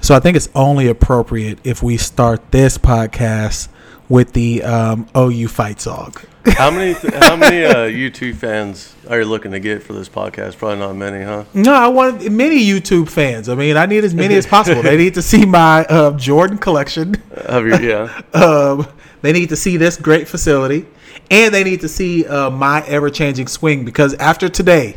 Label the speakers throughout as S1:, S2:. S1: So I think it's only appropriate if we start this podcast with the um, OU fight song.
S2: How many how many uh, U2 fans are you looking to get for this podcast? Probably not many, huh?
S1: No, I want many YouTube fans. I mean, I need as many as possible. They need to see my uh, Jordan collection.
S2: Have you, yeah.
S1: Um, they need to see this great facility, and they need to see uh, my ever-changing swing because after today,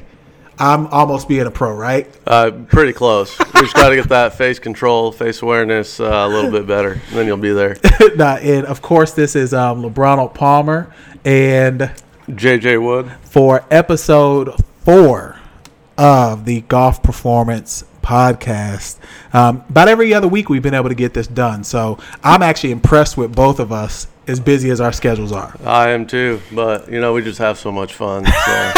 S1: I'm almost being a pro, right?
S2: Uh, pretty close. We just got to get that face control, face awareness uh, a little bit better. and Then you'll be there.
S1: Nah, and of course, this is um, LeBronald Palmer, and
S2: JJ Wood.
S1: for episode four of the Golf Performance Podcast. Um, about every other week, we've been able to get this done. So I'm actually impressed with both of us, as busy as our schedules are.
S2: I am too, but you know we just have so much fun. So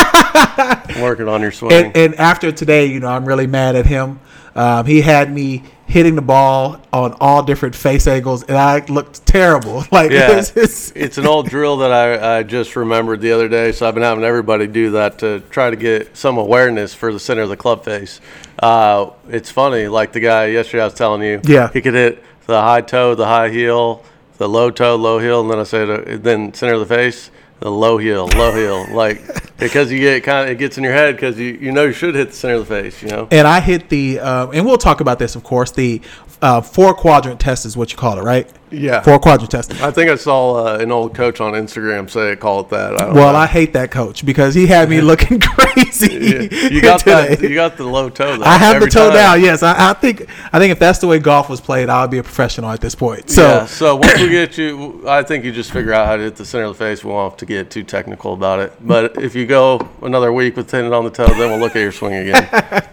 S2: working on your swing.
S1: And, and after today, you know, I'm really mad at him. Um, he had me hitting the ball on all different face angles, and I looked terrible. Like,
S2: yeah,
S1: it's- it's-
S2: it's an old drill that I, I just remembered the other day. So I've been having everybody do that to try to get some awareness for the center of the club face. Uh, it's funny, like the guy yesterday I was telling you.
S1: Yeah.
S2: he could hit the high toe, the high heel, the low toe, low heel, and then I said, uh, then center of the face. The low heel, low heel, like because you get kind of it gets in your head because you, you know you should hit the center of the face, you know.
S1: and I hit the, uh, and we'll talk about this, of course. The uh, four quadrant test is what you call it, right?
S2: Yeah.
S1: Four quadrant test.
S2: I think I saw uh, an old coach on Instagram say call it that. I don't
S1: Well,
S2: know.
S1: I hate that coach because he had me looking
S2: Yeah.
S1: crazy.
S2: you got
S1: today.
S2: that. You got the low toe. Though,
S1: I have the
S2: every
S1: toe
S2: time.
S1: down. Yes, I, I think. I think if that's the way golf was played, I'll be a professional at this point. So,
S2: yeah. So once we get you, I think you just figure out how to hit the center of the face. We won't have to get too technical about it. But if you go another week with hitting it on the toe, then we'll look at your swing again.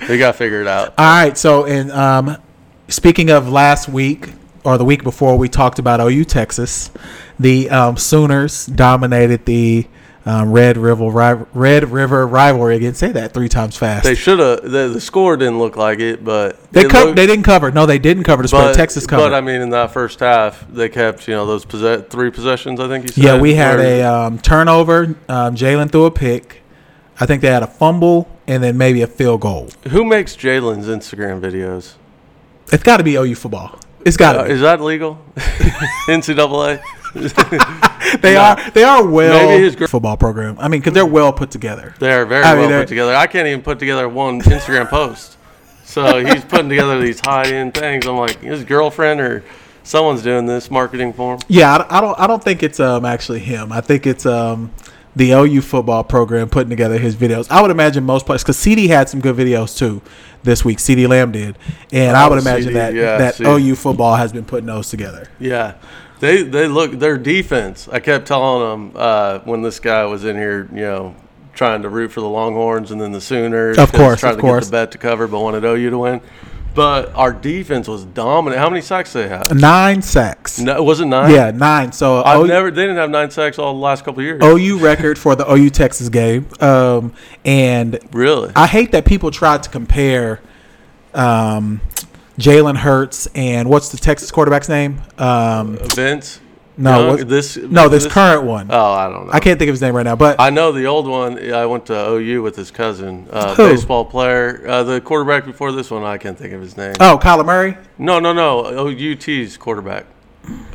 S2: you got to figure it out.
S1: all right. So, and um, speaking of last week or the week before, we talked about OU Texas. The um, Sooners dominated the um, Red River ri- Red River rivalry again. Say that three times fast.
S2: They
S1: They,
S2: should have. The, the score didn't look like it, but it
S1: co-
S2: looked-
S1: they didn't cover. No, they didn't cover the spread.
S2: But,
S1: Texas covered.
S2: but I mean, in that first half, they kept you know those possess- three possessions. I think you said.
S1: Yeah, we had
S2: where-
S1: a um, turnover. Um, Jalen threw a pick. I think they had a fumble and then maybe a field goal.
S2: Who makes Jalen's Instagram videos?
S1: It's got to be OU football. It's got
S2: Uh,
S1: to.
S2: is that legal? NCAA.
S1: be. they are they are well
S2: Maybe his gr-
S1: football program. I mean, because they're well put together.
S2: They are very
S1: I mean,
S2: well
S1: they're-
S2: put together. I can't even put together one Instagram post. So he's putting together these high end things. I'm like, his girlfriend or someone's doing this marketing for him.
S1: Yeah, I, I don't I don't think it's um actually him. I think it's um the OU football program putting together his videos. I would imagine most players because CD had some good videos too this week. CD Lamb did, and I
S2: Oh,
S1: would imagine
S2: CD,
S1: that
S2: yeah,
S1: that
S2: CD.
S1: OU football has been putting those together.
S2: Yeah. They they look their defense. I kept telling them uh, when this guy was in here, you know, trying to root for the Longhorns and then the Sooners.
S1: Of
S2: 'cause
S1: course,
S2: trying
S1: of
S2: to
S1: course.
S2: get the bet to cover, but wanted OU to win. But our defense was dominant. How many sacks they had?
S1: Nine sacks.
S2: No, was it nine?
S1: Yeah, nine. So
S2: I've
S1: OU
S2: never. They didn't have nine sacks all the last couple of years.
S1: OU record for the OU Texas game. Um, and
S2: really?
S1: I hate that people try to compare um, Jalen Hurts and what's the Texas quarterback's name? Um,
S2: Vince?
S1: No,
S2: Young,
S1: what-
S2: this
S1: no, this current one.
S2: Oh, I don't know.
S1: I can't think of his name right now, but
S2: I know the old one. I went to OU with his cousin, uh,
S1: Who?
S2: baseball player, uh, the quarterback before this one. I can't think of his name.
S1: oh, Kyler Murray.
S2: No, no, no. OUT's quarterback.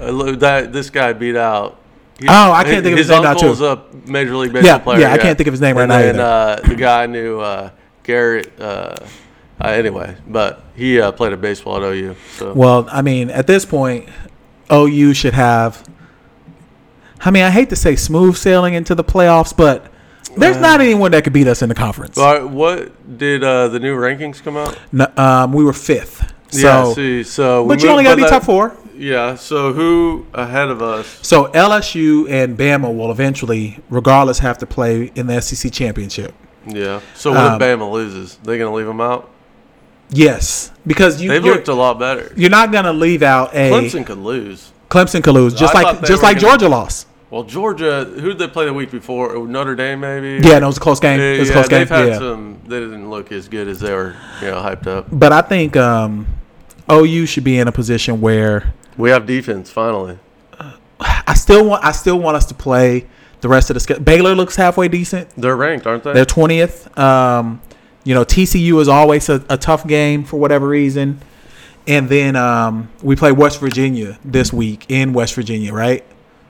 S2: Uh, lo- that this guy beat out. he-
S1: Oh, I can't think of his name now,
S2: uncle's a major league baseball
S1: Yeah,
S2: player.
S1: yeah, I can't think of his name right
S2: and
S1: now
S2: Then, uh, the guy I knew uh, Garrett. Uh, uh, anyway, but he uh, played a baseball at OU. So
S1: Well, I mean, at this point, OU should have. I mean, I hate to say smooth sailing into the playoffs, but there's
S2: Uh,
S1: not anyone that could beat us in the conference.
S2: But what did uh, the new rankings come out?
S1: No, um, we were fifth. So,
S2: yeah, see, so we
S1: but you
S2: moved-
S1: only got to be
S2: that-
S1: top four.
S2: Yeah, so who ahead of us?
S1: So LSU and Bama will eventually, regardless, have to play in the SEC championship.
S2: Yeah. So what
S1: Um,
S2: if Bama loses? They gonna leave them out?
S1: Yes, because you
S2: They've
S1: you're,
S2: looked a lot better.
S1: you're not gonna leave out a Clemson,
S2: Clemson could lose.
S1: could lose just
S2: I
S1: like
S2: thought they
S1: just
S2: were
S1: like
S2: gonna-
S1: Georgia lost.
S2: Well, Georgia, who did they play the week before? Oh, Notre Dame, maybe.
S1: Yeah, no, it was a close game.
S2: Yeah,
S1: It was a
S2: yeah,
S1: close game.
S2: they've had
S1: Yeah,
S2: some. They didn't look as good as they were, you know, hyped up.
S1: but I think um, OU should be in a position where
S2: We have defense finally.
S1: I still want I still want us to play the rest of the schedule. Baylor looks halfway decent.
S2: They're ranked, aren't they?
S1: They're twentieth. Um, you know, TCU is always a, a tough game for whatever reason, And then um, we play West Virginia this week in West Virginia, right?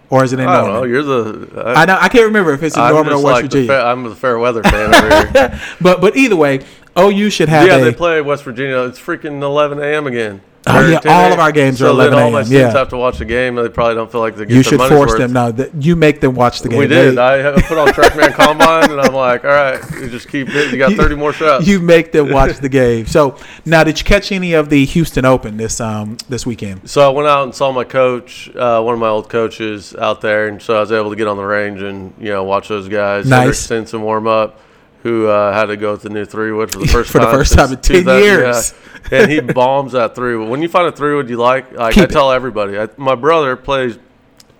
S1: Or is it in
S2: I don't know.
S1: Norman?
S2: You're the.
S1: I know I can't remember if it's in
S2: I'm
S1: Norman or
S2: just
S1: West
S2: like the
S1: Virginia.
S2: fair- I'm the fair weather fan over here.
S1: but but either way, OU should have
S2: Yeah,
S1: a
S2: they play West Virginia. It's freaking 11 a.m. again.
S1: Oh,
S2: Or
S1: yeah,
S2: 10
S1: all of our games are
S2: so then
S1: 11
S2: All my
S1: a.m.,
S2: students
S1: yeah.
S2: have to watch the game, and they probably don't feel like they get
S1: you
S2: their
S1: should
S2: money's
S1: force
S2: worth.
S1: them. No, that you make them watch the game.
S2: We did.
S1: They-
S2: I I put on Trackman Combine, and I'm like, all right, you just keep hitting. You got 30 more shots.
S1: You make them watch the game. So now, did you catch any of the Houston Open this um this weekend?
S2: so I went out and saw my coach, uh, one of my old coaches out there, and so I was able to get on the range and you know watch those guys.
S1: Nice.
S2: Hendrick Stenson warm up, who uh, had to go with the new three wood for the first
S1: For the
S2: time
S1: first time
S2: since
S1: in 10
S2: 2000,
S1: years.
S2: yeah. and he bombs that three wood. When you find a three wood you like, like
S1: Keep
S2: I
S1: it.
S2: tell everybody, I, my brother plays.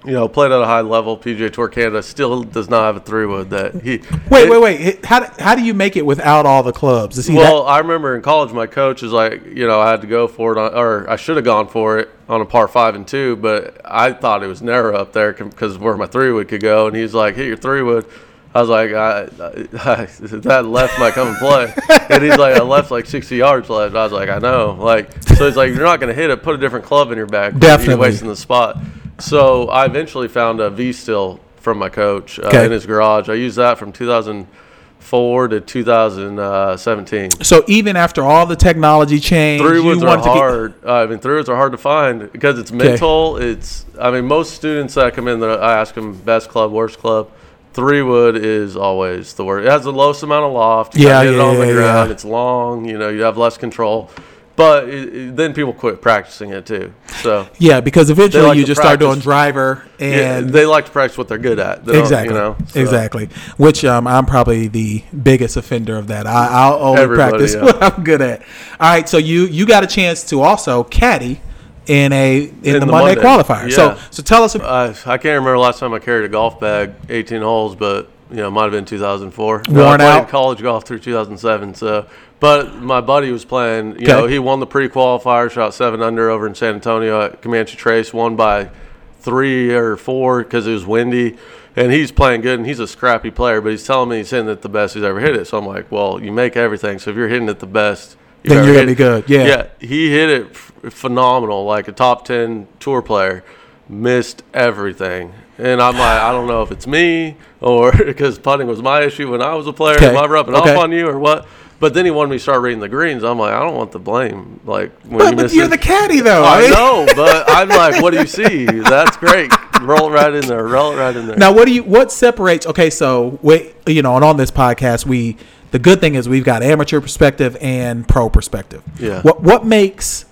S2: You know, played at a high level. PGA Tour Canada still does not have a three wood that he.
S1: Wait,
S2: it-
S1: wait, wait. How do- how do you make it without all the clubs? Is he
S2: well, I remember in college, my coach is like, you know, I had to go for it, on, or I should have gone for it on a par five and two, but I thought it was narrow up there because where my three wood could go, and he's like, hit your three wood. I was like, I, I, that left might come and play, and he's like, I left like sixty yards left. I was like, I know, like, so he's like, you're not gonna hit it. Put a different club in your bag.
S1: Definitely.
S2: you're wasting the spot. So I eventually found a V still from my coach uh,
S1: Okay.
S2: in his garage. I used that from 2004 to 2017.
S1: that? So even after all the technology change,
S2: Three
S1: you
S2: woods are
S1: wanted to keep-
S2: hard. uh, I mean, three woods are hard to find because it's mental. It's I mean, most students that come in, that I ask them best club, worst club. Three wood is always the worst. It has the lowest amount of loft. You
S1: Yeah,
S2: gotta hit
S1: yeah,
S2: it on the
S1: yeah,
S2: ground.
S1: yeah.
S2: It's long. You know, you have less control. But it, it- then people quit practicing it too. So
S1: yeah, because eventually
S2: like
S1: you
S2: to
S1: just start doing
S2: practice.
S1: driver
S2: yeah,
S1: and
S2: they like to practice what they're good at. They don't,
S1: Exactly.
S2: You know, so.
S1: Exactly. Which um, I'm probably the biggest offender of that. I, I'll only
S2: Everybody,
S1: practice
S2: yeah.
S1: what I'm good at. All right. So you you got a chance to also caddy in a in, the,
S2: the
S1: Monday,
S2: Monday,
S1: qualifier. So
S2: yeah. Uh,
S1: so tell us. About,
S2: I, I can't remember last time I carried a golf bag 18 holes, but you know, it might have been 2004. No, I
S1: Worn
S2: played
S1: out?
S2: college golf through 2007. So, but my buddy was playing. You know,
S1: Okay.
S2: he won the pre-qualifier, shot seven under over in San Antonio at Comanche Trace, won by three or four because it was windy. And he's playing good, and he's a scrappy player, but he's telling me he's hitting it the best he's ever hit it. So I'm like, well, you make everything. So if you're hitting it the best, you've
S1: Then
S2: ever
S1: you're gonna
S2: hit
S1: be
S2: it.
S1: good, yeah.
S2: Yeah, he hit it f- phenomenal, like a top 10 tour player. Missed everything. And I'm like, I don't know if it's me or because putting was my issue when I was a player.
S1: Okay,
S2: Am I rubbing
S1: okay.
S2: off on you or what? But then he wanted me to start reading the greens. I'm like, I don't want the blame. Like, when
S1: but
S2: you
S1: but
S2: miss
S1: you're
S2: it-
S1: the caddy though.
S2: I
S1: right?
S2: know, but I'm like, what do you see? That's great. Roll it right in there. Roll it right in there.
S1: Now, what do you what separates? Okay, so we you know, and on this podcast, we the good thing is we've got amateur perspective and pro perspective.
S2: Yeah.
S1: What what makes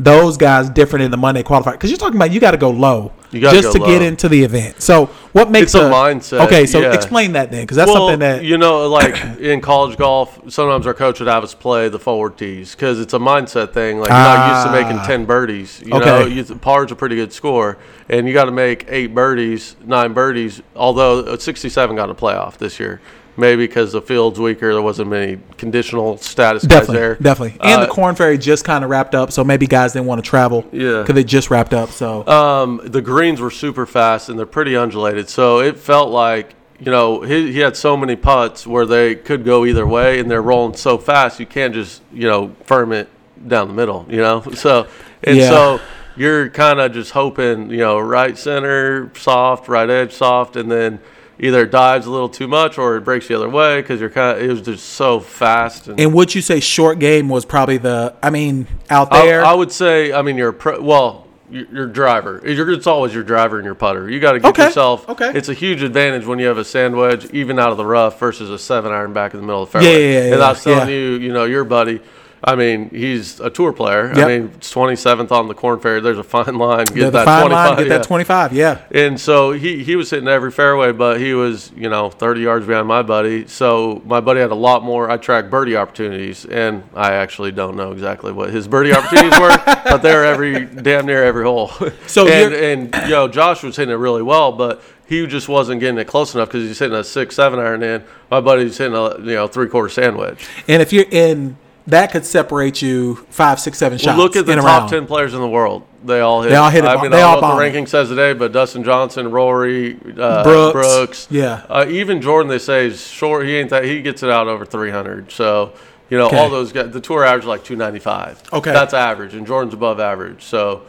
S1: those guys different in the Monday qualifier? Because you're talking about you got to go low
S2: You gotta
S1: just
S2: go
S1: to get
S2: low.
S1: into the event. So what makes
S2: It's a mindset,
S1: Okay, so
S2: yeah.
S1: explain that then, because that's something that
S2: you know, like in college golf, sometimes our coach would have us play the forward tees because it's a mindset thing. Like you're not used to
S1: Ah.
S2: making ten birdies. You
S1: Okay.
S2: know, you, par's a pretty good score, and you got to make eight birdies, nine birdies. Although uh, 67 got a playoff this year, maybe because the field's weaker, there wasn't many conditional status
S1: definitely,
S2: guys there.
S1: definitely, and the
S2: Uh,
S1: Corn Ferry just kind of wrapped up, so maybe guys didn't want to travel.
S2: Yeah.
S1: because it just wrapped up. So
S2: Um, the greens were super fast and they're pretty undulated, so it felt like you know he, he had so many putts where they could go either way, and they're rolling so fast you can't just you know firm it down the middle, you know. So and
S1: Yeah.
S2: so you're kind of just hoping you know right center soft, right edge soft, and then either it dives a little too much or it breaks the other way because you're kind of it was just so fast and
S1: and would you say short game was probably the? I mean, out
S2: I-
S1: there.
S2: I, would say, I mean, your pro, well, your, your driver. Your, it's always your driver and your putter. You got to get
S1: Okay,
S2: yourself.
S1: okay.
S2: It's a huge advantage when you have a sand wedge, even out of the rough, versus a seven iron back in the middle of the
S1: Yeah,
S2: fairway.
S1: yeah, yeah,
S2: and I was
S1: yeah.
S2: telling you, you know, your buddy. I mean, he's a tour player.
S1: Yep.
S2: I mean, twenty seventh on the corn fair. There's a fine line. Get
S1: yeah, the
S2: that
S1: fine
S2: 25,
S1: line, get
S2: yeah.
S1: that twenty-five. Yeah,
S2: And so he, he was hitting every fairway, but he was, you know, 30 yards behind my buddy. So my buddy had a lot more. I track birdie opportunities, and I actually don't know exactly what his birdie opportunities were, but they were every damn near every hole.
S1: So
S2: and,
S1: you're-
S2: and, you know, Josh was hitting it really well, but he just wasn't getting it close enough because he's hitting a six, seven iron in. My buddy's hitting a, you know, three quarter sandwich.
S1: And if you're in, that could separate you five, six, seven shots.
S2: Well, look at the
S1: in a
S2: top
S1: round.
S2: ten players in the world. They all hit.
S1: They all hit it
S2: I
S1: bomb-
S2: mean,
S1: they
S2: I don't
S1: all
S2: know what
S1: bomb it.
S2: the ranking says today, but Dustin Johnson, Rory, uh,
S1: Brooks,
S2: Brooks,
S1: yeah.
S2: uh, even Jordan. They say is short. He ain't that. He gets it out over three hundred. So You know,
S1: Okay.
S2: all those guys. The tour average is like 295.
S1: Okay.
S2: that's average, and Jordan's above average. So,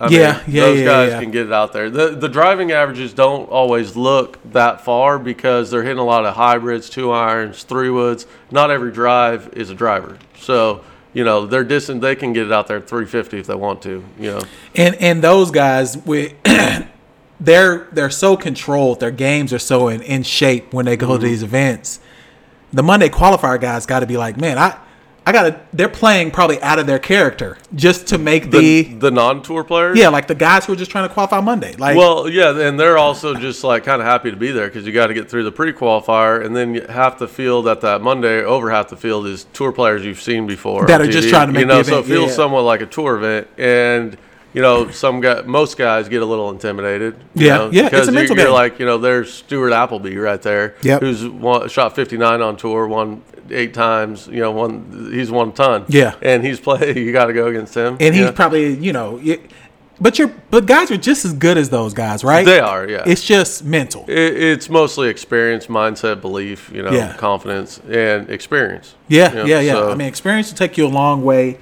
S2: I
S1: Yeah, yeah,
S2: those
S1: yeah,
S2: guys
S1: yeah.
S2: can get it out there. The the driving averages don't always look that far because they're hitting a lot of hybrids, two irons, three woods. Not every drive is a driver. So. You know, they're distant. They can get it out there at 350 if they want to. You know,
S1: And and those guys with they're they're so controlled. Their games are so in, in shape when they go
S2: Mm-hmm.
S1: to these events. The Monday qualifier guys got to be like, man, I I got to. They're playing probably out of their character just to make
S2: the
S1: the,
S2: the non-tour players.
S1: yeah, like the guys who are just trying to qualify Monday. Like,
S2: Well, yeah, and they're also just like kind of happy to be there because you got to get through the pre-qualifier, and then you- half the field at that Monday, over half the field is tour players you've seen before
S1: That
S2: on
S1: are just
S2: TV,
S1: trying to make
S2: you
S1: the
S2: know, so it
S1: event,
S2: feels
S1: yeah.
S2: somewhat like a tour event, and you know, some guy, most guys get a little intimidated. you
S1: Yeah,
S2: know,
S1: yeah, it's
S2: because
S1: a
S2: you-
S1: mental
S2: you're
S1: game.
S2: like you know, there's Stuart Appleby right there,
S1: Yep.
S2: who's won, shot 59 on tour, won eight times, you know, one he's won a ton,
S1: Yeah.
S2: and he's play. You got to go against him,
S1: and he's
S2: yeah.
S1: probably you know, y- but you're but guys are just as good as those guys, right?
S2: they are, yeah.
S1: It's just mental.
S2: It, it's mostly experience, mindset, belief, you know,
S1: Yeah.
S2: confidence, and experience.
S1: yeah, yeah,
S2: You know,
S1: yeah.
S2: so-
S1: I mean, experience will take you a long way.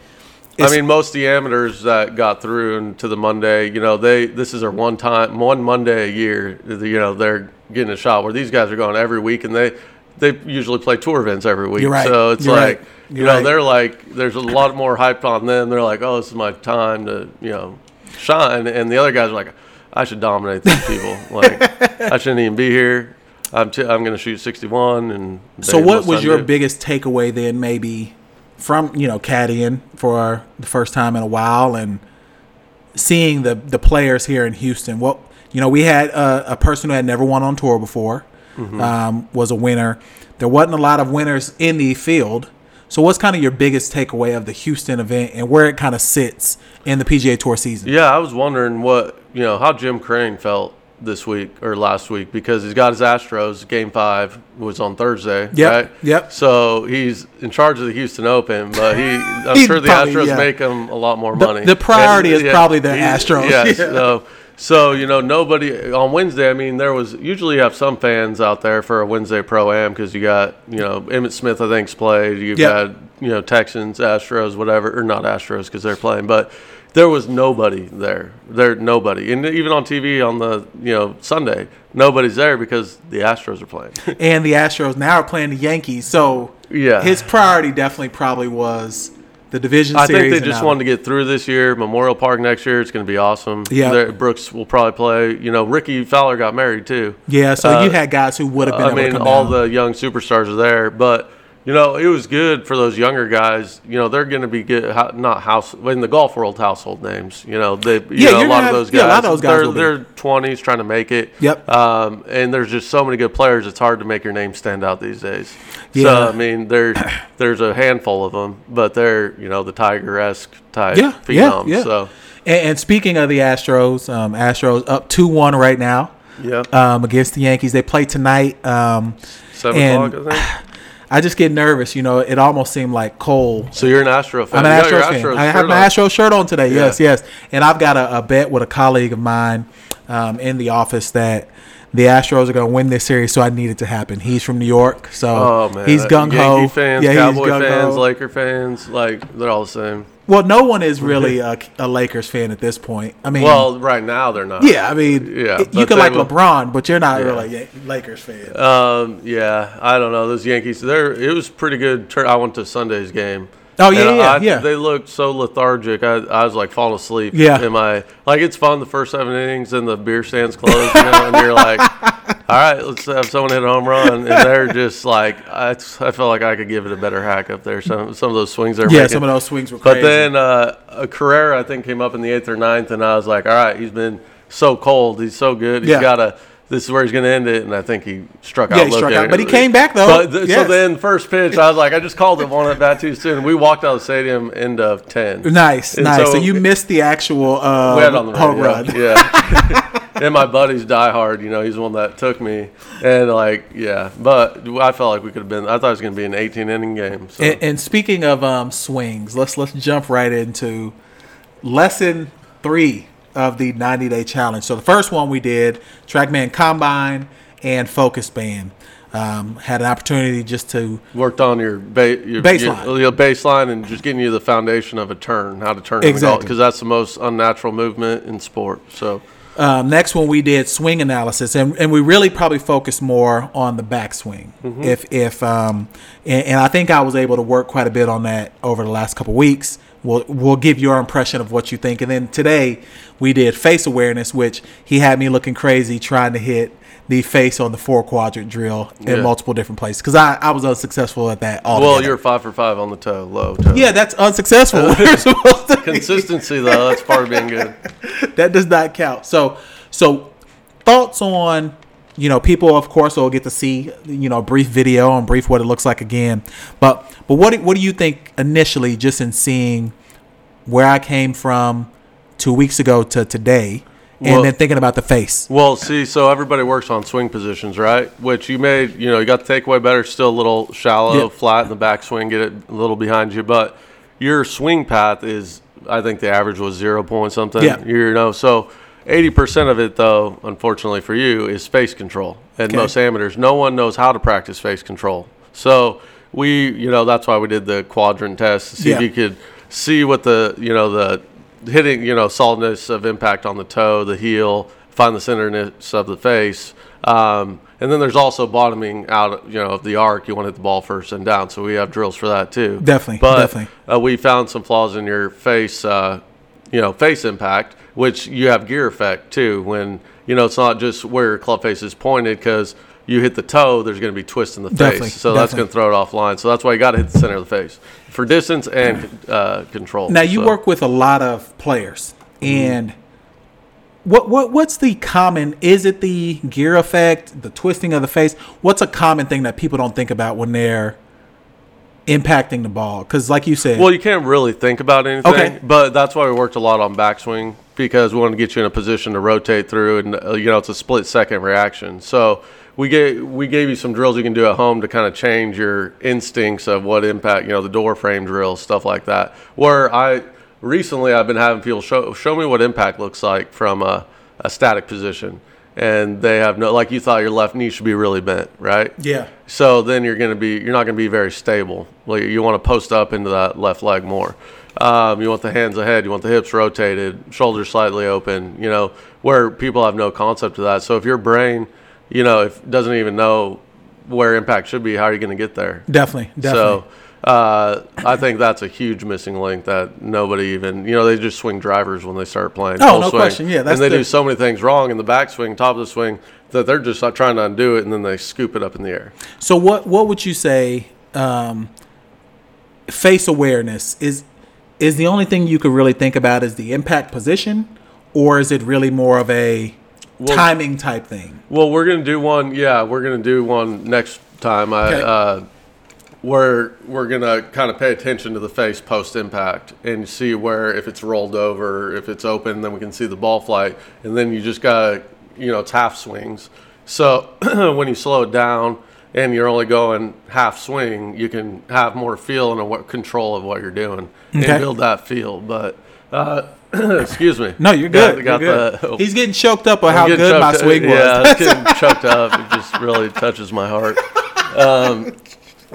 S2: I
S1: it's-
S2: mean, most of the amateurs that got through and to the Monday, you know, they this is their one time, one Monday a year. You know, they're getting a shot where these guys are going every week, and they they usually play tour events every week.
S1: You're right.
S2: So it's
S1: You're
S2: like
S1: right.
S2: you
S1: You're
S2: know
S1: right.
S2: they're like there's a lot more hyped on them. They're like, oh, this is my time to you know shine, and the other guys are like, I should dominate these people. like I shouldn't even be here. I'm t- I'm going to shoot 61. And
S1: So
S2: they
S1: what
S2: must
S1: was
S2: not
S1: your
S2: do.
S1: biggest takeaway then maybe from, you know, caddying for the first time in a while and seeing the the players here in Houston? What you know, we had a, a person who had never won on tour before, um, was a winner. There wasn't a lot of winners in the field. So what's kind of your biggest takeaway of the Houston event and where it kind of sits in the PGA Tour season?
S2: Yeah, I was wondering what you know how Jim Crane felt this week or last week because he's got his Astros game five was on Thursday.
S1: Yep,
S2: right?
S1: yep.
S2: So he's in charge of the Houston Open, but he I'm
S1: He
S2: sure the
S1: probably-
S2: Astros
S1: yeah.
S2: make him a lot more money.
S1: the priority is probably the
S2: he's-
S1: Astros.
S2: Yeah,
S1: Yeah.
S2: So so you know nobody on Wednesday. I mean, there was usually you have some fans out there for a Wednesday pro am because you got you know Emmett Smith I think's played. You've
S1: Yep.
S2: got you know Texans, Astros, whatever, or not Astros because they're playing, but there was nobody there. There nobody, and even on TV on the you know Sunday, nobody's there because the Astros are playing.
S1: And the Astros now are playing the Yankees. So
S2: Yeah.
S1: his priority definitely probably was the division
S2: I
S1: series.
S2: think they
S1: and
S2: just
S1: now-
S2: wanted to get through this year. Memorial Park next year, it's going to be awesome.
S1: Yeah.
S2: There- Brooks will probably play. You know, Ricky Fowler got married too.
S1: Yeah, so
S2: Uh,
S1: you had guys who would have been
S2: I
S1: able
S2: mean,
S1: to come
S2: all
S1: down.
S2: the young superstars are there, but you know, it was good for those younger guys. You know, they're going to be good, ho- not house in the golf world household names. You know, they, you
S1: Yeah,
S2: know,
S1: you're
S2: a lot
S1: gonna
S2: of
S1: have-
S2: those guys.
S1: yeah, a lot of those guys will be.
S2: They're twenties trying to make it.
S1: Yep.
S2: Um, and there's just so many good players. It's hard to make your name stand out these days.
S1: Yeah.
S2: So I mean, there's there's a handful of them, but they're you know the Tiger esque type
S1: yeah,
S2: phenoms.
S1: yeah, yeah.
S2: So
S1: And, and speaking of the Astros, um, Astros up two one right now
S2: yeah,
S1: um, against the Yankees. They play tonight. Um,
S2: seven
S1: and-
S2: o'clock. I think.
S1: I just get nervous. You know, it almost seemed like Cole.
S2: So you're an Astro fan.
S1: I'm an
S2: You got your
S1: Astros fan. I
S2: shirt
S1: have my
S2: on.
S1: Astros shirt on today.
S2: Yeah.
S1: Yes, yes. And I've got a, a bet with a colleague of mine um, in the office that. The Astros are going to win this series, so I need it to happen. He's from New York, so
S2: Oh man,
S1: he's
S2: Uh,
S1: gung ho.
S2: Yankee fans, Cowboy fans, Laker fans, like they're all the same.
S1: well, no one is really a, a Lakers fan at this point. I mean,
S2: Well, right now they're not.
S1: Yeah, I mean,
S2: Yeah,
S1: it- you can
S2: but they
S1: like
S2: will-
S1: LeBron, but you're not really a Lakers fan.
S2: Um, yeah, I don't know. Those Yankees, they're it was pretty good. Turn. I went to Sunday's game.
S1: Oh, yeah,
S2: And
S1: yeah,
S2: I-
S1: yeah.
S2: They looked so lethargic. I, I was like falling asleep.
S1: Yeah.
S2: in my like it's fun the first seven innings and the beer stands closed, you know, and you're like, all right, let's have someone hit a home run, and they're just like, I, I felt like I could give it a better hack up there. Some some of those swings they're
S1: yeah,
S2: making.
S1: some of those swings were
S2: But
S1: crazy.
S2: then uh, a Carrera, I think, came up in the eighth or ninth, and I was like, all right, he's been so cold. He's so good. He's
S1: Yeah.
S2: got to. This is where he's going to end it, and I think he struck
S1: he
S2: out. low
S1: struck
S2: there.
S1: out, but he came back, though.
S2: But th-
S1: Yes.
S2: So then, first pitch, I was like, I just called it one at bat too soon. We walked out of the stadium end of ten.
S1: nice,
S2: And
S1: nice. So, you missed the actual
S2: we had it on
S1: uh,
S2: the
S1: home
S2: radio.
S1: run.
S2: Yeah. and my buddy's diehard. You know, he's the one that took me, and like, yeah. But I felt like we could have been. I thought it was going to be an 18 inning game. So.
S1: And, and speaking of um, swings, let's let's jump right into lesson three of the 90 day challenge. So the first one we did Trackman Combine and Focus Band. Um, had an opportunity just to
S2: Worked on your, ba- your
S1: Baseline.
S2: your, your baseline, and just getting you the foundation of a turn, how to turn
S1: Exactly.
S2: because that's the most unnatural movement in sport. So
S1: Um, next one we did swing analysis, and, and we really probably focused more on the backswing.
S2: Mm-hmm.
S1: If if um, and, and I think I was able to work quite a bit on that over the last couple weeks. We'll we'll give your impression of what you think, and then today we did face awareness, which he had me looking crazy trying to hit the face on the four quadrant drill in
S2: Yeah.
S1: multiple different places because I, I was unsuccessful at that. All
S2: well, you're five for five on the toe, low toe.
S1: yeah, that's unsuccessful. We're supposed to be-
S2: Consistency though, that's part of being good.
S1: that does not count. So, so thoughts on you know people of course will get to see you know a brief video and brief what it looks like again. But but what do- what do you think initially just in seeing where I came from two weeks ago to today, and
S2: Well-
S1: then thinking about the face?
S2: Well, see, so everybody works on swing positions, right? Which you made, you know, you got the takeaway better, still a little shallow,
S1: Yep.
S2: flat in the backswing, get it a little behind you. But your swing path is, I think the average was zero point something.
S1: Yeah.
S2: You know, so 80% of it, though, unfortunately for you, is face control. And
S1: Okay.
S2: most amateurs, no one knows how to practice face control. So we, you know, that's why we did the quadrant test to see
S1: Yeah.
S2: if you could see what the, you know, the hitting, you know, solidness of impact on the toe, the heel, find the centerness of the face. Um, and then there's also bottoming out, you know, of the arc. You want to hit the ball first and down. So we have drills for that too.
S1: Definitely,
S2: But
S1: definitely.
S2: uh, we found some flaws in your face, uh, you know, face impact, which you have gear effect too. When you know it's not just where your club face is pointed because you hit the toe, there's going to be twist in the
S1: Definitely,
S2: face, so that's
S1: definitely.
S2: going to throw it offline. So that's why you got to hit the center of the face for distance and uh, control.
S1: Now you
S2: So- Mm-hmm.
S1: work with a lot of players, and what what what's the common? Is it the gear effect, the twisting of the face? What's a common thing that people don't think about when they're impacting the ball? Because like you said,
S2: Well, you can't really think about anything.
S1: Okay.
S2: But that's why we worked a lot on backswing because we want to get you in a position to rotate through, and uh, you know it's a split second reaction. So we gave we gave you some drills you can do at home to kind of change your instincts of what impact you know the door frame drills stuff like that. Where I recently I've been having people show show me what impact looks like from a, a static position. And they have no like you thought your left knee should be really bent, right?
S1: yeah,
S2: So then you're going to be you're not going to be very stable. Like you want to post up into that left leg more. Um, you want the hands ahead. You want the hips rotated, shoulders slightly open. You know where people have no concept of that. So if your brain, you know, if doesn't even know where impact should be, how are you going to get there?
S1: definitely, definitely.
S2: So uh, I think that's a huge missing link that nobody even you know they just swing drivers when they start playing.
S1: Oh,
S2: full
S1: no
S2: swing.
S1: question. Yeah, that's
S2: and they
S1: the-
S2: do so many things wrong in the backswing, top of the swing that they're just uh, trying to undo it and then they scoop it up in the air.
S1: So what what would you say um, face awareness is is the only thing you could really think about is the impact position, or is it really more of a timing type thing?
S2: Well, we're gonna do one. Yeah, we're gonna do one next time. I,
S1: Okay.
S2: uh, where we're gonna kind of pay attention to the face post impact and see where if it's rolled over, if it's open, then we can see the ball flight, and then you just gotta, you know, it's half swings. So when you slow it down and you're only going half swing, you can have more feel and awa- control of what you're doing
S1: Okay.
S2: and build that feel. But uh, excuse me.
S1: No, you're
S2: Got-
S1: good.
S2: got
S1: you're good.
S2: the-
S1: He's getting choked up on
S2: I'm
S1: how
S2: getting
S1: good my
S2: choked-
S1: swing was.
S2: Yeah, I'm getting choked up. It just really touches my heart. Um,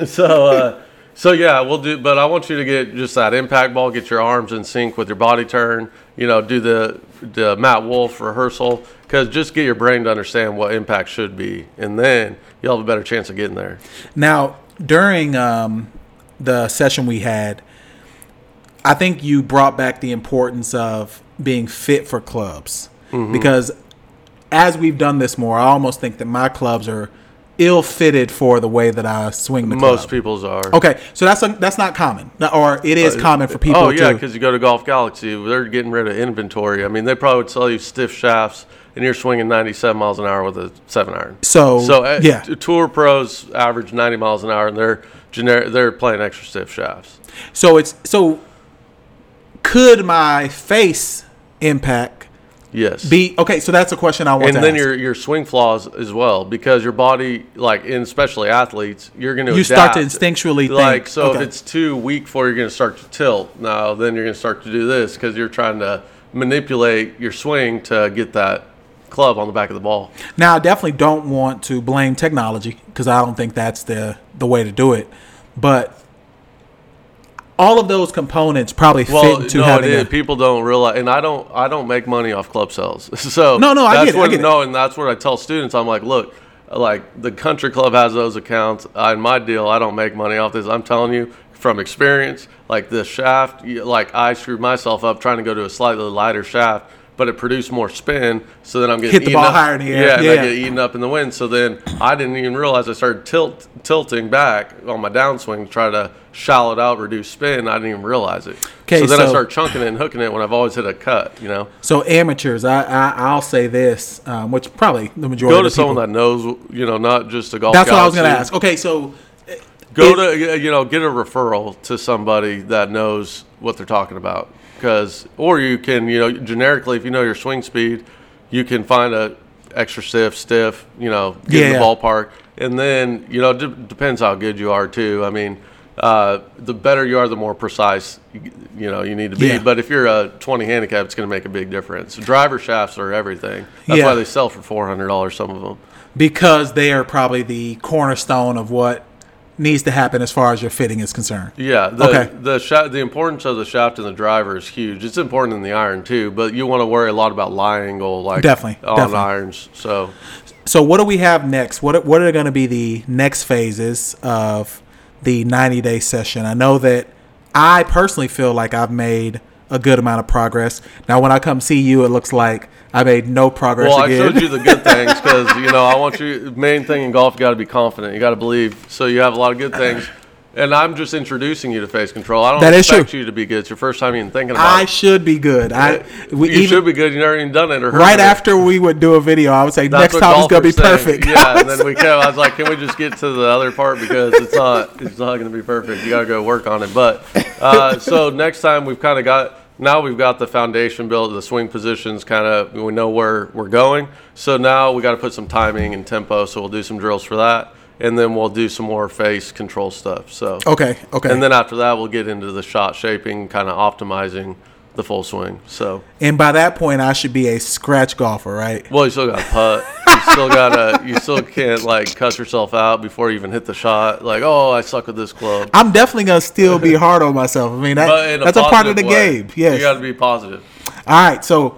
S2: so, uh, so yeah, we'll do. But I want you to get just that impact ball. Get your arms in sync with your body turn. You know, do the the Matt Wolf rehearsal because just get your brain to understand what impact should be, and then you'll have a better chance of getting there.
S1: Now, during um, the session we had, I think you brought back the importance of being fit for clubs
S2: Mm-hmm.
S1: because as we've done this more, I almost think that my clubs are ill fitted for the way that I swing the
S2: Most
S1: club.
S2: people's are.
S1: Okay, so that's that's not common, or it is common for people.
S2: Oh yeah,
S1: to,
S2: because you go to Golf Galaxy, they're getting rid of inventory. I mean, they probably would sell you stiff shafts, and you're swinging 97 miles an hour with a seven iron.
S1: So,
S2: so uh,
S1: yeah.
S2: t- tour pros average 90 miles an hour, and they're generic. They're playing extra stiff shafts.
S1: So it's so. Could my face impact
S2: Yes.
S1: be okay? So that's a question I want
S2: and
S1: to
S2: then
S1: ask.
S2: your your swing flaws as well, because your body, like in especially athletes, you're going to
S1: You start to instinctually think,
S2: like so
S1: okay.
S2: if it's too weak for you're going to start to tilt. Now then you're going to start to do this because you're trying to manipulate your swing to get that club on the back of the ball.
S1: Now, I definitely don't want to blame technology because I don't think that's the the way to do it. But all of those components probably fit
S2: Well,
S1: into
S2: no, it
S1: having
S2: is.
S1: a,
S2: people don't realize, and I don't. I don't make money off club sales. So
S1: No, no, I
S2: that's
S1: get it, I
S2: what,
S1: get it.
S2: No, and that's what I tell students. I'm like, look, like the country club has those accounts. I, in my deal, I don't make money off this. I'm telling you from experience. Like the shaft, you- like I screwed myself up trying to go to a slightly lighter shaft, but it produced more spin. So then I'm getting
S1: Hit the
S2: eaten
S1: ball
S2: up.
S1: higher in the air,
S2: Yeah, and I
S1: yeah.
S2: get eaten up in the wind. So then I didn't even realize I started tilt tilting back on my downswing to try to shallow it out, reduce spin. I didn't even realize it.
S1: Okay,
S2: so then I
S1: so-
S2: start chunking it and hooking it when I've always hit a cut. You know,
S1: So amateurs, I, I I'll say this, um, which probably the majority
S2: go to
S1: of the people.
S2: someone that knows. You know, not just a golf.
S1: that's what I
S2: college
S1: was going to ask.
S2: student.
S1: Okay, so
S2: Go to you know get a referral to somebody that knows what they're talking about because or you can you know generically if you know your swing speed, you can find a extra stiff stiff you know get in
S1: Yeah.
S2: the ballpark and then you know d- depends how good you are too. I mean. Uh, the better you are, the more precise you, you know you need to be.
S1: Yeah.
S2: But if you're a 20 handicap, it's going to make a big difference. Driver shafts are everything. That's
S1: Yeah.
S2: why they sell for 400 dollars. Some of them.
S1: because they are probably the cornerstone of what needs to happen as far as your fitting is concerned.
S2: Yeah. The,
S1: Okay.
S2: The shaft, the importance of the shaft and the driver is huge. It's important in the iron too, but you want to worry a lot about lie angle, like
S1: Definitely,
S2: on
S1: definitely.
S2: irons. So
S1: So what do we have next? What are- what are going to be the next phases of the 90 day session? I know that I personally feel like I've made a good amount of progress. Now when I come see you, it looks like I made no progress
S2: Well,
S1: again.
S2: I showed you the good things because you know I want you. Main thing in golf, you got to be confident. You got to believe. So you have a lot of good things, and I'm just introducing you to face control. I don't
S1: That is
S2: expect you to be good. It's your first time even thinking about
S1: I
S2: it.
S1: should be good. I we
S2: you should be good. You never even done it or heard
S1: right
S2: of it.
S1: after we would do a video, I would say
S2: That's
S1: next
S2: what
S1: time it's gonna be
S2: golfers say.
S1: perfect.
S2: Yeah, and then we kept. I was like, can we just get to the other part because it's not it's not gonna be perfect. You gotta go work on it. But uh, so next time we've kind of got now we've got the foundation built, the swing positions kind of we know where we're going. So now we got to put some timing and tempo. So we'll do some drills for that, and then we'll do some more face control stuff. So
S1: okay, okay.
S2: and then after that we'll get into the shot shaping, kind of optimizing the full swing. So.
S1: and by that point, I should be a scratch golfer, right?
S2: Well, you still got putt. You still gotta. You still can't like cut yourself out before you even hit the shot. Like, oh, I suck with this club.
S1: I'm definitely gonna still be hard on myself. I mean,
S2: But in
S1: that, that's a part of the
S2: positive way.
S1: game. Yes.
S2: you got to be positive.
S1: All right, so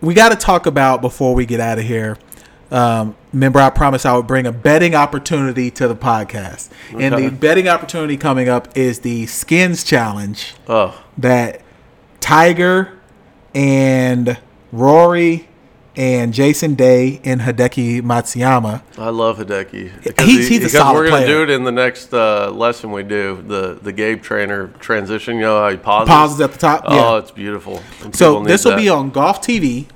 S1: we got to talk about before we get out of here. Um, remember, I promised I would bring a betting opportunity to the podcast, and
S2: Okay.
S1: the betting opportunity coming up is the skins challenge
S2: Oh,
S1: that Tiger and Rory and Jason Day and Hideki Matsuyama.
S2: I love Hideki. Because
S1: He's- he's a
S2: because
S1: solid
S2: We're gonna
S1: player.
S2: do it in the next uh, lesson we do the the Gabe Trainer transition. You know how he pauses.
S1: Pauses at the top,
S2: Oh,
S1: yeah.
S2: it's beautiful. And
S1: So
S2: people need
S1: this will
S2: that.
S1: be on Golf TV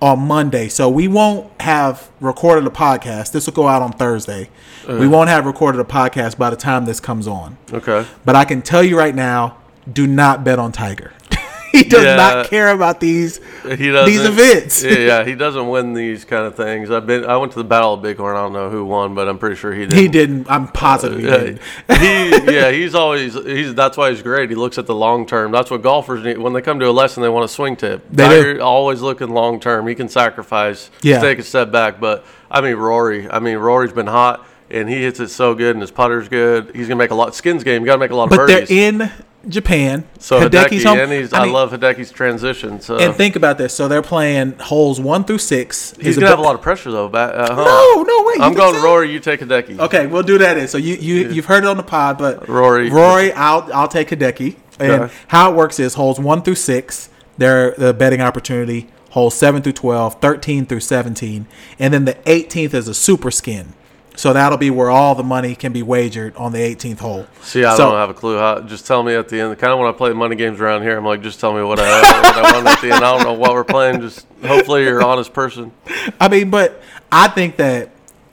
S1: on Monday. So we won't have recorded a podcast. This will go out on Thursday.
S2: Uh.
S1: We won't have recorded a podcast by the time this comes on.
S2: okay.
S1: But I can tell you right now, do not bet on Tiger. he does
S2: Yeah.
S1: not care about these.
S2: he doesn't,
S1: events.
S2: yeah, yeah, he doesn't win these kind of things. I've been. I went to the Battle of Bighorn. I don't know who won, but I'm pretty sure he did.
S1: He didn't. I'm positive he
S2: Yeah,
S1: didn't.
S2: he, yeah, he's always he's. That's why he's great. He looks at the long term. That's what golfers need when they come to a lesson. They want a swing tip.
S1: They do.
S2: Tiger always looking long term. He can sacrifice,
S1: Yeah.
S2: take a step back. But I mean, Rory. I mean, Rory's been hot, and he hits it so good, and his putter's good. He's gonna make a lot. Skins game. You gotta make a lot
S1: But
S2: of
S1: they're
S2: birdies.
S1: in Japan.
S2: so
S1: Hideki's
S2: Hideki,
S1: home.
S2: and he's. I,
S1: I mean,
S2: love Hideki's transition. So
S1: And think about this. So they're playing holes one through six.
S2: he's
S1: Is
S2: gonna have a
S1: bet-
S2: lot of pressure though. Back, uh, huh?
S1: No, no way. You
S2: I'm
S1: think
S2: going
S1: so?
S2: Rory. You take Hideki.
S1: Okay, we'll do that. In so you you you've heard it on the pod, but
S2: Rory.
S1: Rory, I'll I'll take Hideki. And
S2: Okay.
S1: how it works is holes one through six, they're the betting opportunity. Holes seven through 12, 13 through seventeen, and then the eighteenth is a super skin. So that'll be where all the money can be wagered on the eighteenth hole.
S2: See, I
S1: so,
S2: don't have a clue. How, just tell me at the end. Kind of when I play money games around here, I'm like, just tell me what I what I won at the end. I don't know what we're playing. Just hopefully you're an honest person.
S1: I mean, but I think that.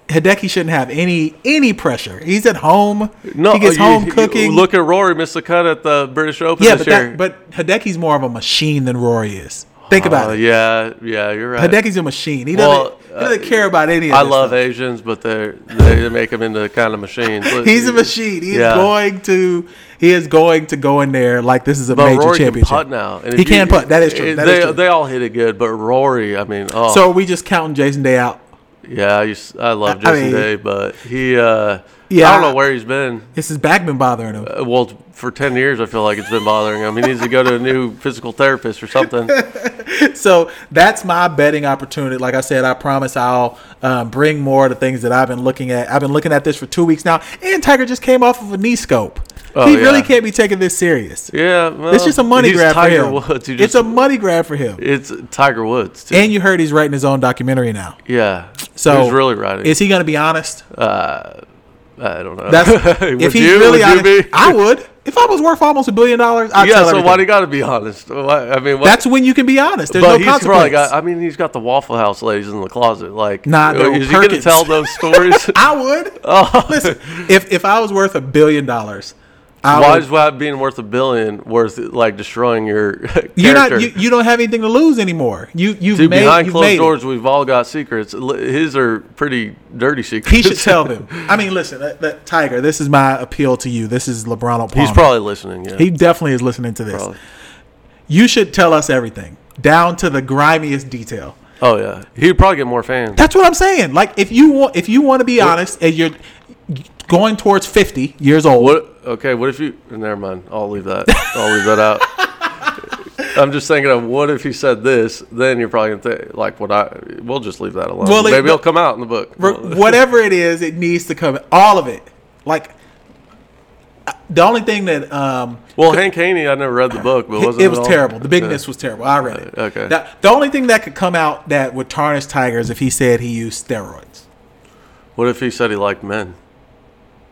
S1: Hideki shouldn't have any any pressure. He's at home.
S2: No,
S1: he gets
S2: you-
S1: home
S2: you-
S1: cooking.
S2: Look at Rory missed the cut at the British Open
S1: yeah,
S2: this
S1: but
S2: year.
S1: that, but Hideki's more of a machine than Rory is. Think about
S2: Uh,
S1: it.
S2: yeah, yeah, you're right.
S1: Hideki's a machine. He doesn't.
S2: well,
S1: He doesn't care about any of
S2: I
S1: this
S2: love
S1: stuff.
S2: Asians, but they they make them into kind of machines. But-
S1: He's a machine. He's
S2: Yeah.
S1: going to he is going to go in there like this is a
S2: But
S1: major
S2: Rory
S1: championship.
S2: can putt now. And
S1: He
S2: if eh,
S1: can putt. That is true. That
S2: they,
S1: is true.
S2: they all hit it good, but Rory, I mean, oh,
S1: So are we just counting Jason Day out?
S2: yeah, I, used, I love
S1: I- I
S2: Jason
S1: mean-
S2: Day, but he, uh,
S1: Yeah.
S2: I don't know where he's been.
S1: This is Bagman bothering him.
S2: Uh, Well, for ten years, I feel like it's been bothering him. He needs to go to a new physical therapist or something.
S1: so that's my betting opportunity. Like I said, I promise I'll um, bring more of the things that I've been looking at. I've been looking at this for two weeks now, and Tiger just came off of a knee scope.
S2: Oh,
S1: he
S2: yeah.
S1: really can't be taking this serious.
S2: Yeah, well,
S1: it's just a money
S2: he's
S1: grab
S2: Tiger
S1: for him.
S2: Woods. He
S1: it's
S2: just,
S1: a money grab for him.
S2: it's Tiger Woods. Too.
S1: And you heard he's writing his own documentary now.
S2: yeah,
S1: So
S2: he's really riding.
S1: Is he going to be honest?
S2: uh, I don't know.
S1: That's
S2: Would
S1: if he's
S2: you-
S1: really
S2: would you
S1: honest.
S2: be?
S1: I would. If I was worth almost a billion dollars, I'd
S2: yeah.
S1: tell
S2: So why do
S1: everything.
S2: you got to be honest? Why, I mean, what,
S1: That's when you can be honest. There's
S2: but
S1: no
S2: he's
S1: consequence.
S2: probably got. I mean, he's got the Waffle House ladies in the closet. Like,
S1: Nah, they were
S2: is he going to
S1: Perkins.
S2: tell those stories?
S1: I would.
S2: Oh.
S1: Listen, if if I was worth a billion dollars, I
S2: Why
S1: would.
S2: is why being worth a billion worth like destroying your character?
S1: You're not. You, you don't have anything to lose anymore. You you've
S2: Dude,
S1: made.
S2: behind
S1: you've
S2: closed
S1: made it.
S2: doors, we've all got secrets. L- His are pretty dirty secrets.
S1: He should tell them. I mean, listen, that, that- Tiger. This is my appeal to you. This is LeBron. Palmer.
S2: He's probably listening. Yeah.
S1: He definitely is listening to this.
S2: Probably.
S1: You should tell us everything down to the grimiest detail.
S2: oh yeah. He'd probably get more fans.
S1: That's what I'm saying. Like if you want, if you want to be honest, and you're going towards 50 years old.
S2: What? Okay. What if you? Never mind. I'll leave that. I'll leave that out. I'm just thinking of what if he said this, then you're probably gonna think like what I. We'll just leave that alone.
S1: Well, it-
S2: Maybe it'll come out in the book.
S1: For whatever it is, it needs to come. All of it. Like uh, the only thing that um,
S2: Well, Hank Haney, I never read the book, but wasn't
S1: it was
S2: all-
S1: terrible. The
S2: Yeah.
S1: bigness was terrible. I read it.
S2: Uh, okay.
S1: That, the only thing that could come out that would tarnish Tiger is if he said he used steroids.
S2: What if he said he liked men?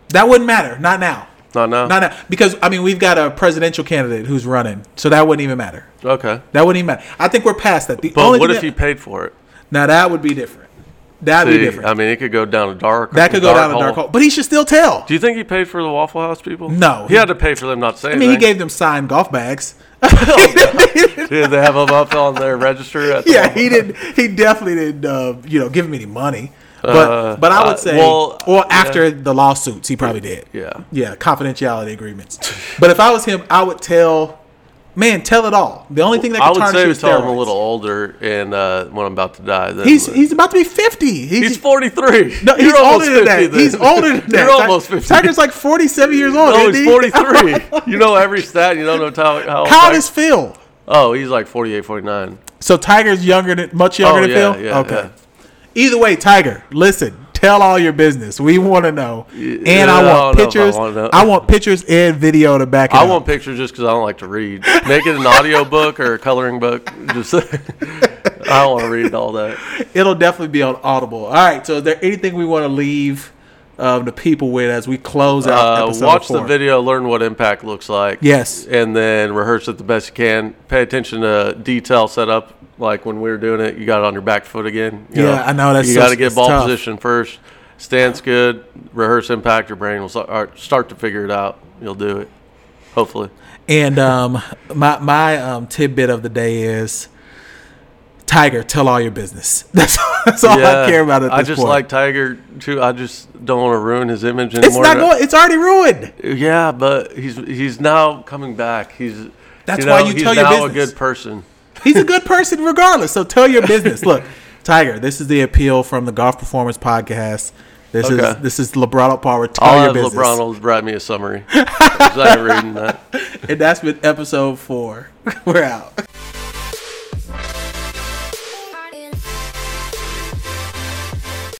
S1: That wouldn't matter. Not now.
S2: Not now.
S1: Not now. Because I mean, we've got a presidential candidate who's running, so that wouldn't even matter.
S2: okay.
S1: That wouldn't even matter. I think we're past that. The only
S2: But what
S1: thing
S2: if
S1: that-
S2: he paid for it?
S1: Now that would be different. That'd be
S2: See,
S1: different.
S2: I mean, it could go down a dark.
S1: that could go down a dark hole. But he should still tell.
S2: Do you think he paid for the Waffle House people?
S1: No,
S2: he,
S1: he-
S2: had to pay for them not saying.
S1: I mean, he gave them signed golf bags.
S2: Did they have them up on their register? At the
S1: yeah,
S2: Waffle-
S1: he didn't. He definitely didn't. Uh, you know, give him any money. But but I
S2: uh,
S1: would say,
S2: well,
S1: or
S2: yeah.
S1: after the lawsuits, he probably did.
S2: Yeah.
S1: yeah, confidentiality agreements. but if I was him, I would tell, man, tell it all. The only thing that
S2: I
S1: could
S2: would
S1: tarnish
S2: say
S1: you
S2: we
S1: is
S2: tell him a
S1: steroids.
S2: little older, and uh, when I'm about to die, then
S1: He's he's about to be fifty. He's,
S2: he's 43.
S1: no, he's older
S2: You're almost
S1: than that.
S2: 50
S1: He's
S2: then.
S1: older than that.
S2: You're almost 50.
S1: Tiger's like forty-seven years old.
S2: no,
S1: isn't
S2: he's
S1: he?
S2: 43. you know every stat. You don't know how. How, old
S1: How
S2: Tiger-
S1: does Phil?
S2: Oh, he's like 48, 49.
S1: So Tiger's younger than much younger
S2: Oh,
S1: than
S2: yeah,
S1: Phil.
S2: yeah,
S1: okay.
S2: yeah.
S1: Either way, Tiger, listen, tell all your business. We want to know, and I want
S2: I don't know if I
S1: pictures.
S2: wanna know.
S1: I, want pictures and video to back it
S2: I
S1: up.
S2: want pictures just because I don't like to read. Make it an audio book or a coloring book. Just I don't want to read all that.
S1: It'll definitely be on Audible. All right. So, is there anything we want to leave um, the people with as we close out?
S2: Uh,
S1: episode
S2: watch
S1: four?
S2: the video, learn what impact looks like.
S1: Yes.
S2: and then rehearse it the best you can. Pay attention to detail setup. Like when we were doing it, you got it on your back foot again. you
S1: Yeah, I know, that's
S2: you
S1: so-
S2: got to get
S1: it's
S2: ball
S1: tough.
S2: position first. Stance good. Rehearse impact. Your brain will start, start to figure it out. You'll do it. Hopefully.
S1: And um, my my um, tidbit of the day is. Tiger, tell all your business. That's, that's all I care about at this
S2: I just
S1: point.
S2: like Tiger too. I just don't want to ruin his image anymore.
S1: it's not going. It's already ruined.
S2: Yeah, but he's he's now coming back. He's
S1: That's why you
S2: he's
S1: tell your
S2: now a
S1: business.
S2: good person.
S1: He's a good person regardless. So tell your business. Look, Tiger, this is the appeal from the Golf Performance Podcast. This
S2: Okay.
S1: is this is LeBron Power. Tell
S2: I'll
S1: your
S2: have
S1: business.
S2: LeBron will write me a summary. 'Cause I ain't reading that.
S1: And that's been episode four. We're out.